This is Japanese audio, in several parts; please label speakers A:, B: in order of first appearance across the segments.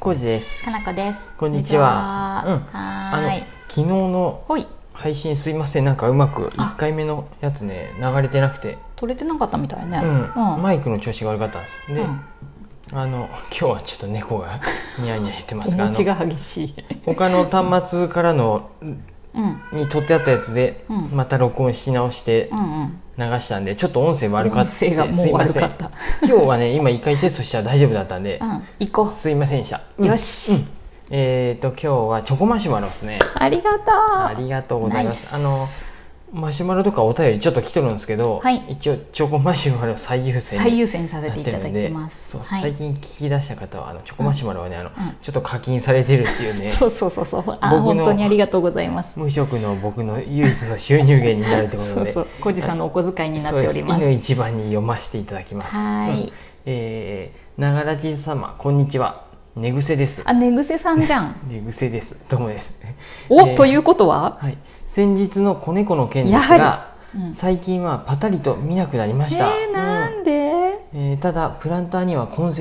A: コジです
B: かなこです。
A: こんにちは
B: こんに
A: う
B: ち
A: ん
B: は
A: あの
B: はーい。
A: 昨日の
B: ほい、
A: 配信すいませんなんかうまく
B: あ
A: 1回目のやつね流れてなくて、
B: 取れてなかったみたいね。
A: うん
B: うん
A: マイクの調子が悪かったですで、
B: うん
A: あの今日はちょっと猫 がニヤニヤ言ってます
B: お
A: があ
B: 餅
A: の
B: が激しい。
A: 他の端末からの
B: うん、うん
A: に撮ってあったやつで、
B: うん
A: また録音し直して
B: うん。
A: 流したんでちょっと音声悪かった
B: 音声がも
A: す
B: う
A: いま
B: 悪
A: せ
B: か
A: ん
B: った。
A: 今日はね今一回テストしたら大丈夫だったんで
B: う、ん、行こ
A: すいませんでした、
B: う。よ
A: し
B: し、
A: えっ、と今日はチョコマシュマロですね
B: ありがとう。
A: ありがとうございま
B: ナイ
A: す。
B: ス
A: あのマシュマロとかお便りちょっと来てるんですけど、
B: はい
A: 一応チョコマシュマロ最優先
B: 最
A: に
B: 優先させ
A: なってて
B: いた
A: る
B: だい
A: ん
B: て
A: で
B: ます。
A: そう
B: は
A: 最
B: い。
A: 近聞き出した方はあのチョコマシュマロはねあの、
B: ん
A: ちょっと課金されてるっていうね
B: そうそうそうそう。あー、
A: 僕の
B: 本当にありがとうございます。
A: 無職の僕の唯一の収入源になるというこ
B: そ
A: と
B: う
A: で
B: そう。小路さんのお小遣いになっております。
A: そうです犬一番に読ませていただきます
B: はーい
A: うんえー、長らじ様こんにちは寝癖です
B: あ、寝癖さんじゃん。
A: 寝癖ですどうもです
B: お、
A: えー
B: ということは。
A: はい、先日の子猫の件で
B: や
A: す
B: は
A: が、
B: りうん
A: 最近はパタリと見なくなりま
B: え
A: した、
B: ー、な
A: うん
B: んで。
A: えーただプランターには痕跡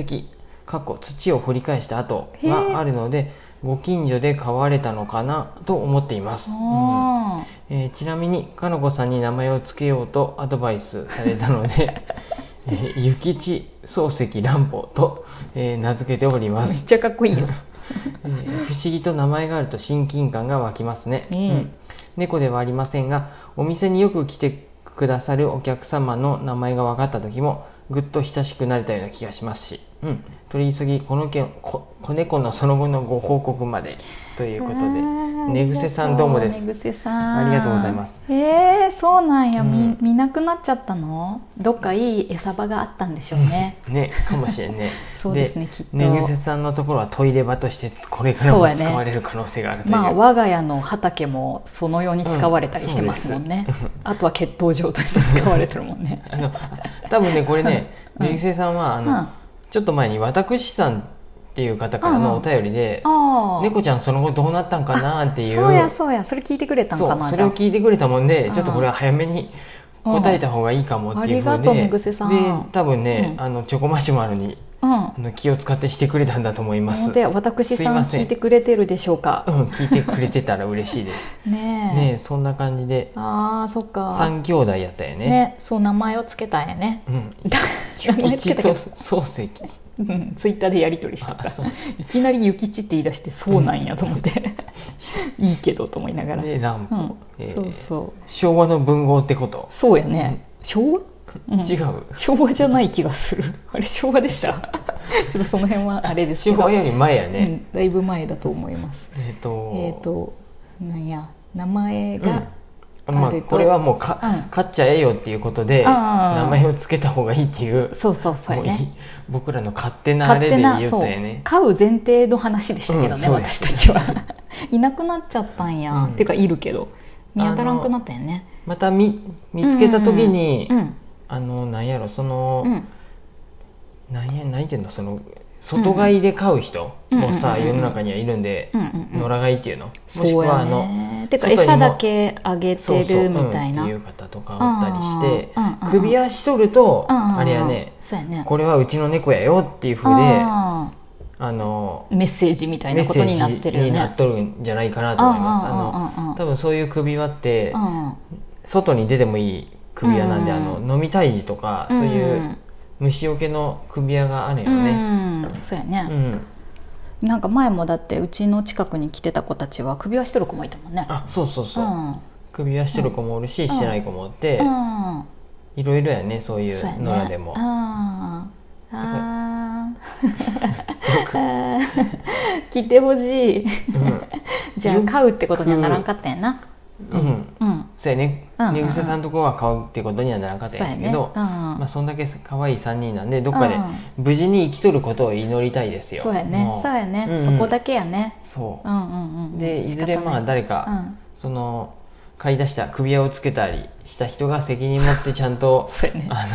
A: かっこ土を掘り返した跡があるのでご近所で飼われたのかなと思っています、うん
B: おー
A: えーちなみにかのこさんに名前を付けようとアドバイスされたので 「えー、諭吉漱石乱歩」と、えー名付けておりま
B: めっ
A: す
B: ちゃかっこいいよ。
A: えー不思議と名前があると親近感が湧きますね、
B: うん
A: 猫ではありませんがお店によく来てくださるお客様の名前が分かった時もぐっと親しくなれたような気がしますし、うん、取り急ぎこの件こ子猫のその後のご報告までということで寝癖さんどうもです
B: 寝癖さん
A: ありがとうございます
B: へえそうなんや、
A: う
B: み
A: ん
B: 見なくなっちゃったのどっかいい餌場があったんでしょうね
A: ねかもしれんね
B: そうですねきっと
A: 寝癖さんのところはトイレ場としてこれから
B: そ
A: も
B: うやね
A: 使われる可能性があるという
B: まあ我が家の畑もそのように使われたりしてますもんね、あとは血糖場として使われてるもんね
A: あの多分ねこれね
B: うん
A: 寝癖さんはあの、
B: うん
A: ちょっと前に私さんっていう方からのお便りで
B: ああ
A: 猫ちゃんその後どうなったんかなっていう
B: そうやそうやそれ聞いてくれたん
A: そ
B: か
A: う
B: な
A: そ
B: じ
A: れ
B: ゃ
A: を
B: あ
A: 聞いてくれたもんで
B: うん
A: ちょっとこれは早めに答えた方がいいかもっていうふ
B: あ
A: う
B: り
A: で
B: がとうめぐせさん
A: で多分ね、
B: うん
A: あのチョコマシュマロに
B: うん
A: あの気を使ってしてくれたんだと思いま
B: な
A: す
B: ので私
A: すい
B: さん
A: ません
B: 聞いてくれてるでしょ
A: う
B: うか
A: ん聞いてくれてたら嬉しいです
B: ねえ
A: ねえそんな感じで
B: ああそっか
A: 三兄弟やったよね
B: ねそう名前をつけたんやね
A: うん
B: だ 名前つけ
A: 吉
B: た
A: と
B: けど
A: 漱 石
B: うんツイッターでやり取りしてた
A: あそう
B: いきなり「諭吉」って言い出してそうなんやと思って いいけどと思いながら、
A: で乱
B: う
A: 歩、
B: ん
A: えー
B: そうそう
A: 昭和の文豪ってこと、
B: そうやね昭和、うん
A: 違う
B: 昭和じゃない気がするあれ昭和で したちょっとその辺はあれですけ
A: 昭
B: ど
A: 和より前やね、
B: うんだいぶ前だと思います
A: えっ、と
B: えっ、となんや名前が、
A: うんま
B: あ
A: あ、
B: ると
A: これはもうか、
B: うん
A: 買っちゃえよっていうことで
B: あー
A: 名前を付けた方がいいっていう
B: そうそうそう
A: も
B: や
A: ういい
B: ね
A: 僕らの勝手なあ
B: 勝
A: れで
B: 手
A: 言
B: な
A: った
B: そ
A: よ
B: う
A: ね
B: 買う前提の話でしたけど
A: うん
B: ね、
A: そうで
B: 私
A: す
B: たちは いなくなっちゃったんや、
A: うん
B: ていうかいるけど見当たらんくなったよね
A: また見見つけた時に、
B: うん
A: あのなんやろその、
B: うん
A: なんやなんていうのその外買いで買う人もさ、
B: うんうんうん
A: 世
B: うん
A: の中にはいるんで、
B: うんうんうん
A: 野良買いっていうのもし
B: そう
A: くはあ
B: や
A: の
B: ねてか
A: 外にも
B: 餌だけあげてるみたいな
A: うんっていう方とかおったりして
B: うんうんうんうん
A: 首輪しとると、
B: うんうんうん
A: あれやね
B: そうやね
A: これはうちの猫やよっていうふうであ
B: あ
A: の
B: ーメッセージみたい
A: メ
B: な
A: ッ
B: こ
A: セ
B: と
A: ージ
B: になってるよ
A: になっ
B: ね
A: とるんじゃないかなと思いますあの
B: あ
A: 多分そういう首輪って
B: うんうんうん
A: 外に出てもいい首輪なんで、
B: うん
A: あの飲み退治とか、そういう虫よけの首輪があるよ
B: うん
A: ね、
B: うんそうや
A: うん
B: ね、なんか前もだってうちの近くに来てた子たちは首輪してる子もいたもんね
A: あそうそうそう、
B: うん
A: 首輪してる子もおるし、
B: ん
A: してない子もおって、
B: うん
A: いろいろやねそうい
B: そうや
A: う
B: ね
A: 野良でも、
B: あーあ
A: よく
B: ー来て ほしいじゃあ買うってことにはならんかったんやな
A: うん、うん、
B: うん
A: そうやね
B: うんうんうん
A: 寝癖さんとこは買うってことにはならなかったんやけど、
B: そうやねうんうん
A: まあ、そんだけ可愛い3人なんでどっかで
B: うん
A: 無事に生きとることを祈りたいですよ
B: そうやね
A: も
B: そうやね、
A: うんうん
B: そこだけやね
A: そ
B: うんうんう
A: うんでいずれまあ
B: 仕
A: 誰か、
B: 方ないうん
A: その買い出した首輪をつけたりした人が責任持ってちゃん と
B: そうやね
A: あ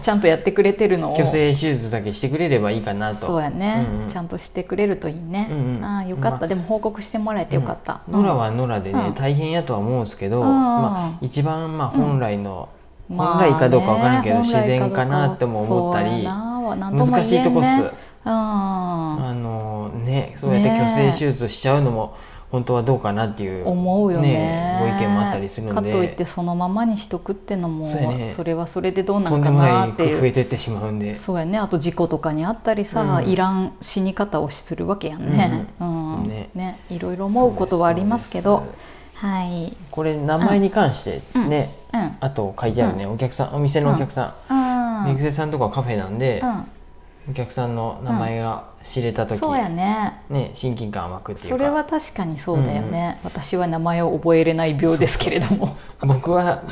B: ちゃんとやってくれてるの
A: の
B: を
A: 虚勢手術だけしてくれればいいかなと
B: そうやね、
A: うんうん
B: ちゃんとしてくれるといいね、
A: うんうん
B: ああよかった、
A: まあ
B: でも報告してもらえてよかった、
A: ノラはノラでね、
B: うん
A: 大変やとは思うんですけど、
B: うん
A: まあ、一番まあ本来の、
B: うん
A: 本来かどうかわからんけど、
B: まあね
A: 自然かなっても思った
B: そう
A: り
B: やななんとも言え
A: 難
B: ん
A: しいとこっす
B: ね、あ
A: あのねそうやって
B: ね
A: 虚勢手術しちゃうのも本当はどうかなっていう
B: ー思うよね
A: ねご意見もあったりするので
B: かといってそのままにしとくってのも
A: そ
B: そう
A: やね
B: れはそれでどうな
A: と
B: の
A: んで
B: か
A: も
B: な
A: ない
B: っ
A: く
B: ていう
A: 増えてってしまうんで
B: そうやねあと事故とかにあったりさ、
A: うん
B: いらん死に方をするわけやんね,、うん
A: うん
B: ね
A: ね
B: いろいろ思うことはありますけ
A: そ
B: ど
A: うです
B: はい、
A: これ名前に関して
B: うん
A: ね、
B: うん、あ
A: あと書いてあるね、お客さんお店のお客さん、
B: あ
A: 寝癖さんとかはカフェなんで、
B: う
A: お客さんの名前が知れた
B: ん、
A: 時、
B: そうやね
A: ね親近感湧くっていうか
B: それは確かにそうだよね、私は名前を覚えれない病ですけれども
A: 僕は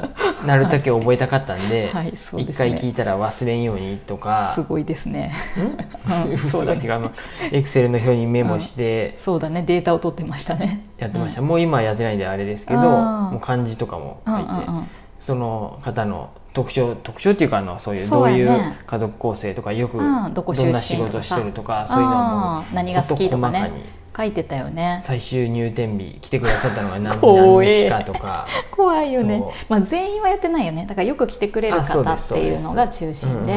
A: なるだけ覚えたかったんで
B: はいそうで
A: 一
B: すね
A: 回聞いたら忘れんようにと
B: す
A: か
B: ごいですね
A: ん
B: うんそ
A: そうう
B: だ
A: だ
B: ね
A: けどあのエクセルの表にメモして
B: そうだねデータを取ってましたね
A: やってました、
B: うん
A: もう今はやってないんであれですけど
B: あー
A: もう漢字とかも書いて、
B: うんうんうん
A: その方の特徴特徴っていうかあのそういう
B: そ
A: ど
B: う
A: う
B: やね
A: いう家族構成とかよくど
B: うんどこ出身
A: んな仕事してるとかそういうのはも
B: ああ
A: う
B: 何が好きとか
A: 事細
B: ね書いてたよね
A: 最終入店日来てくださったのが何
B: 怖
A: 何
B: え
A: 日かと か
B: 怖いよね
A: そう、
B: まあ、全員はやってないよねだからよく来てくれる
A: あそう
B: 方
A: で
B: っ
A: す
B: ていうのが
A: そう
B: 中心で
A: ですうんうん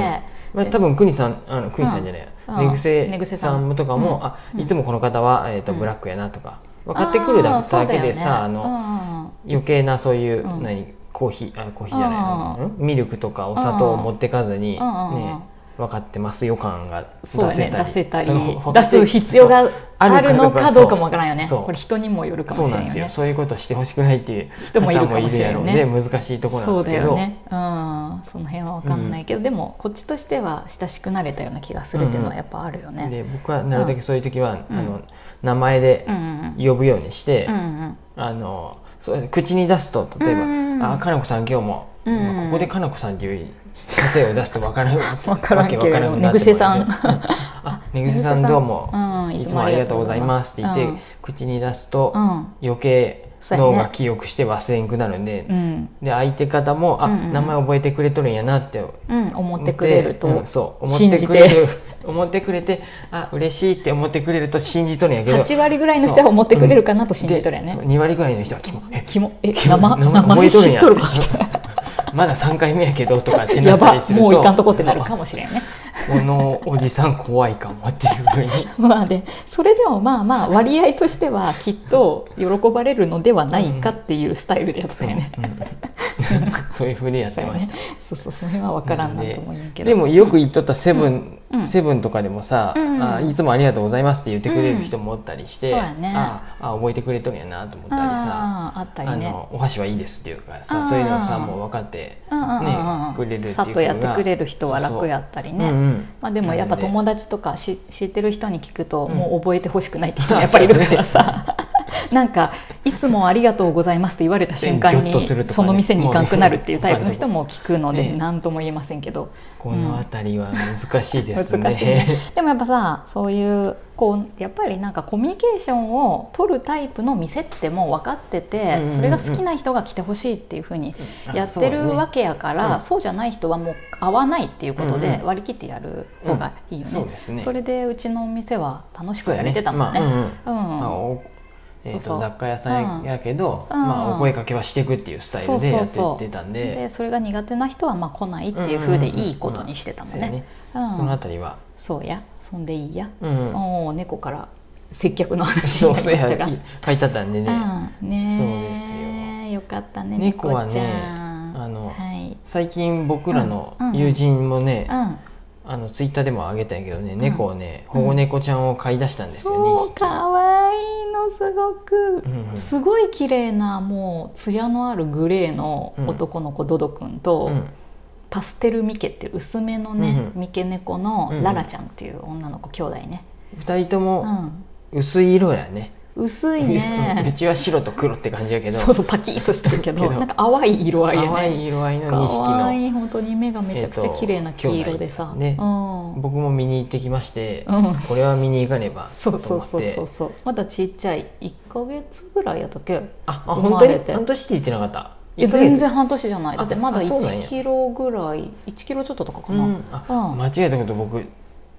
A: まあ、多分邦さんあの邦さんじゃない
B: うん
A: 寝癖、
B: 寝癖さ
A: さ
B: ん
A: んとかも、あ
B: うん
A: いつもこの方は、えーと
B: うん
A: ブラックやなとか、まあ、買ってくるだけでさあ、の、
B: の
A: 余計なそういう、
B: うん
A: 何コーヒーあコーヒーじゃ
B: あ
A: な
B: あ
A: いの、うんミルクとかお砂糖を持ってかずに、
B: ああああ
A: ね分かってます予感が出せ
B: そう
A: た
B: や
A: り,、
B: ね出せたり
A: そ の
B: 出す必要があるのかどうかもわからんよね
A: そう
B: これ人にもよるか
A: そ
B: も
A: う
B: し
A: な
B: れ
A: ん
B: ん
A: で
B: よ
A: すよ
B: ね
A: そういうことしてほしくないっていう
B: 人もいるかもしれん
A: 方
B: よ
A: も
B: ね
A: いるやろうで難しいところなん
B: そ
A: で
B: う
A: すけ
B: だよ
A: ど、
B: ね、うん、その辺は分かんないけど、でもこっちとしては親しくなれたような気がするっていうのはやっぱあるよね。
A: で僕はなるだけそういう時は、
B: うん
A: あの名前で
B: うんうん
A: 呼ぶようにして、
B: うんうん
A: あのそう口に出すと例えば「
B: うんうん
A: あかなこさん今日も、
B: うんうん
A: まあここでかなこさん」っていう例えを出すと分 からん
B: わからんけれど
A: わわくなって
B: 寝癖さん
A: うんあ寝癖さんどうも、
B: うん
A: いつもありがとうございます」って言って、
B: うん
A: 口に出すと、
B: うん
A: 余計
B: そうやね
A: 脳が記憶して忘れんくなるんで、
B: うん
A: で相手方も「あ、
B: うんうん
A: 名前覚えてくれとるんやな」って
B: うん、思ってくれると、
A: うんそう思っ
B: 信じ
A: て
B: て
A: くれる 思ってくれてあ嬉しいって思ってくれると信じとるんやけど
B: 8割ぐらいの人は思ってくれるかなと信じとるよね。
A: 2割ぐらいの人は「キモえ
B: キモえ
A: キモ
B: 生
A: 名前
B: 生
A: 覚え
B: に
A: と
B: 知
A: るん
B: っ
A: や
B: とるか みたい
A: まだ3回目やけど」とかって
B: な
A: な
B: や
A: った
B: ば
A: りする
B: も
A: と
B: ういかんとこってなるか
A: も
B: もしれんね。
A: このおじさん怖いかもっていうふう に
B: まあね、それでも まあまあ割合としてはきっと喜ばれるのではないかっていうスタイルでやってたよね。
A: うんそういうふうにやってました
B: そうそう、その辺は分からんなと思うんやけど。
A: でもよく言っとったセブン、
B: うんうん
A: セブンとかでもさ、
B: うん
A: あいつもありがとうございますって言ってくれる人もおったりして、
B: うんそうやね
A: ああ覚えてくれとるんやなと思ったりさ
B: あーあった
A: あ
B: りね。
A: のお箸はいいですっていうか
B: あ
A: さ
B: ー
A: そういうのさもう分かって、
B: うんうんうんうん
A: ねくれるっていう
B: さっとやってくれる人は楽や
A: っ
B: ったり
A: て
B: ね。まあ、でもやっぱ友達とかし知ってる人に聞くともう覚えてほしくないって人もやっぱりいるか らさ、なんかいつも「ありがとうございます」って言われた瞬間
A: ギョ
B: に
A: ッとするとかね
B: その店に行かんくなるっていうタイプの人も聞くの
A: え
B: で
A: え
B: 何とも言えませんけど
A: この辺りは難しいで
B: 難
A: すね。
B: しいね でもやっぱさそういうこうやっぱりなんかコミュニケーションを取るタイプの店ってもう分かって
A: うんうんう
B: て
A: ん
B: それが好きな人が来てほしいっていうふうに
A: あ
B: やってるわけやか
A: そうだ
B: ら
A: ね
B: そうじゃない人はもう合わないっていうこと
A: うん
B: で
A: うん
B: 割り切ってやる方がいいよね。
A: そうですね
B: それでうちのお店は楽しく
A: そう
B: や
A: や
B: れ
A: ね
B: てたもんね。
A: まあうんうん
B: うん
A: まあおえーと
B: そうそう
A: 雑貨屋さんやけど、
B: うん
A: ま
B: うん
A: あ、お声かけはしていくっていうスタイルでやっていってたんで
B: でそれが苦手な人はまあ来ないっていう風でいいことにしてたもん
A: そうや
B: ね。うん
A: そのあたりは、
B: そうやそんでいいや。
A: うん
B: おお猫から接客の話
A: そ
B: に
A: う
B: な
A: そ
B: りま
A: う
B: した
A: や
B: が。
A: 書いてあったんでね、
B: うんね
A: そう
B: よかったね
A: 猫はね
B: ちゃん
A: あの
B: はい
A: 最近僕らの
B: うんうん
A: 友人もね、
B: うん
A: あのツイッターでもあげたんやけどね、
B: ん
A: 猫をね保護猫ちゃんを飼い出したんですよ、2
B: そう
A: 匹
B: かわいいのすごく、
A: うんうん
B: すごい綺麗なもう艶のあるグレーの男の子、ドド君と、
A: うん
B: パステルミケっていう薄めのね、
A: うん
B: ミケ猫のララちゃんっていう女の子兄弟ね、
A: 二人と
B: う
A: も
B: ん
A: 薄い色やね、
B: 薄
A: う
B: い ね
A: うちは白と黒って感じやけど
B: そうそうパキッとしてるけど
A: けど
B: なんか淡い色合いよ
A: 淡
B: ね
A: い色合いの
B: かわ
A: 2
B: い
A: 匹
B: い本当に目がめちゃくちゃ綺麗な黄色でさ、
A: えっと兄弟ね
B: うん
A: の僕も見に行ってきまして、
B: うん
A: これは見に行かねばと
B: そうそ
A: 思
B: う
A: っ
B: そう
A: て
B: そうそうまだちっちゃい1か月ぐらいやったっけ
A: ああ
B: 生
A: 本
B: ま
A: 当
B: れ
A: に
B: て
A: 半年って言ってなかった
B: いや
A: 一ヶ月
B: 全然半年じゃない
A: あ
B: だってまだ
A: あそうなんや
B: 1キロぐらい1キロちょっととかか
A: う
B: な、
A: んあ、
B: うん
A: 間違えたこと僕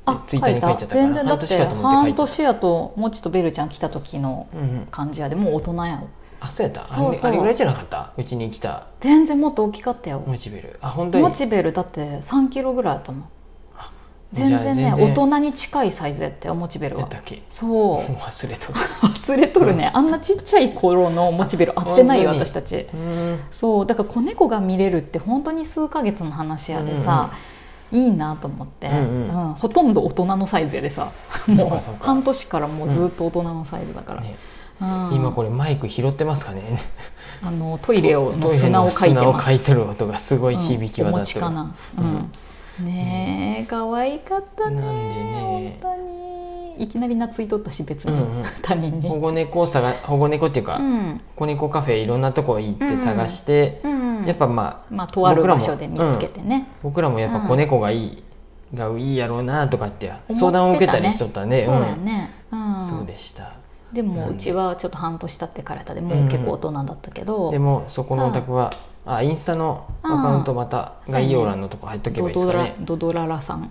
B: あ
A: ツイッターに書いちゃったから
B: 全然だっ
A: 半
B: て
A: 年かと思って書いち
B: 半
A: ゃった
B: 年やともちとベルちゃん来た時の
A: うんうん
B: 感じやでもう大人やん
A: あそうやった
B: そうそ
A: あれあ
B: う
A: れぐらいじゃなかったうちに来た
B: 全然もっと大きかったよ
A: モチベルあ本当に
B: モチベルだって3キロぐらいやったもん全然
A: じゃ
B: ね
A: あ全然
B: 大人に近いサイズやってモチベル
A: やっ
B: は
A: たっけ
B: そ
A: もう
B: う
A: 忘れとっ
B: 忘れとるねあんなちっちゃい頃のモチベル合ってないよ
A: 本当に
B: 私たち
A: たうん
B: そうだから子猫が見れるって本当に数ヶ月の話やでさ、いいなと思って、
A: うんうん
B: ほとんど大人のサイズやでさ
A: そう
B: も
A: かそう
B: う
A: か
B: 半年からもうずっと大人のサイズだから、
A: ね
B: うん
A: 今これマイク拾ってますかね
B: あのトイレをの
A: トイレ
B: 砂を
A: の
B: かいて
A: 砂を
B: ます
A: かいてる音がすごい響き
B: うん、お
A: 渡っ
B: 餅
A: て
B: か
A: る
B: な、うんねえ可愛かったね
A: なんでね
B: 本当にいきなり懐いとったし別に、
A: うんうん
B: 他人
A: 保
B: に、
A: 護猫探保護猫っていうか、
B: うん
A: 子猫カフェいろんなとこ行って探して、
B: うん、
A: やっぱまあ
B: まあとある
A: 僕らも
B: 場所で見つけてね、
A: 僕らもやっぱ子猫がいい、がいいやろうなとかって
B: ね
A: 相談を受けたりしとったね
B: そうやね、うん
A: うん、そうでした
B: でも
A: うん
B: うちはちょっと半年経ってからやったでもう結構大人だったけど、
A: でもそこのお宅は、あインスタのアカウントまた
B: うん
A: 概要欄のとこ入っとけば
B: ド
A: いいです
B: ド
A: か
B: ラ
A: ね、
B: ドドララさん、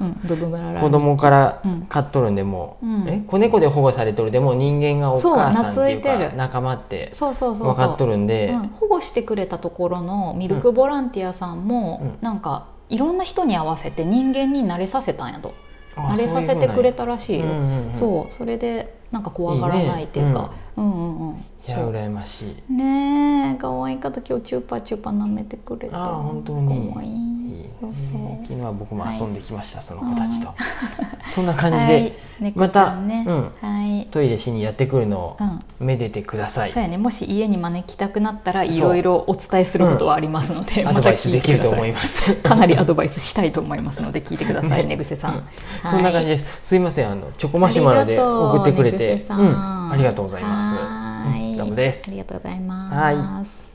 A: うん
B: うん、ドドララ
A: 子供から
B: うん
A: 飼っとるんでもう、
B: うん
A: え子猫で保護されとるでもう人間がお母さんっていう
B: そう
A: か
B: 懐いてる
A: 仲間って
B: そうそうそうそう
A: 分かっとるんで
B: うん、保護してくれたところのミルクボランティアさんも、
A: う
B: なんかいろんな人に合わせて人間に慣れさせたんやと
A: あ
B: 慣れさせてくれたらしいよ、
A: そういうふうなんやうんうんうん
B: そうそれでなんか怖がらないっていうかうんうんうん
A: いや
B: そう
A: 羨ましい
B: ねえ可愛かった今日チューパーチューパー舐めてくれた
A: あー本当に
B: 可愛い
A: いい
B: そうそう
A: 昨日は僕も遊んできました、その子
B: はい
A: たちと そんな感じで、
B: はい、猫ちゃんね、
A: ま
B: はい、
A: トイレしにやってくるの
B: うん
A: をめでてください、
B: そうやねもし家に招きたくなった
A: そう
B: らいろいろお伝えすることはありますので、
A: アドバイスできると思い
B: ま
A: ます
B: かなりアドバイスしたいと思いますので聞いてください
A: ね
B: ねぐせさん、
A: うんそんな感じ
B: で
A: です、すいませんあのチョコマシュマロで送ってくれてうんありがとうございます
B: は
A: うん
B: い
A: どうもです
B: ありがとうございます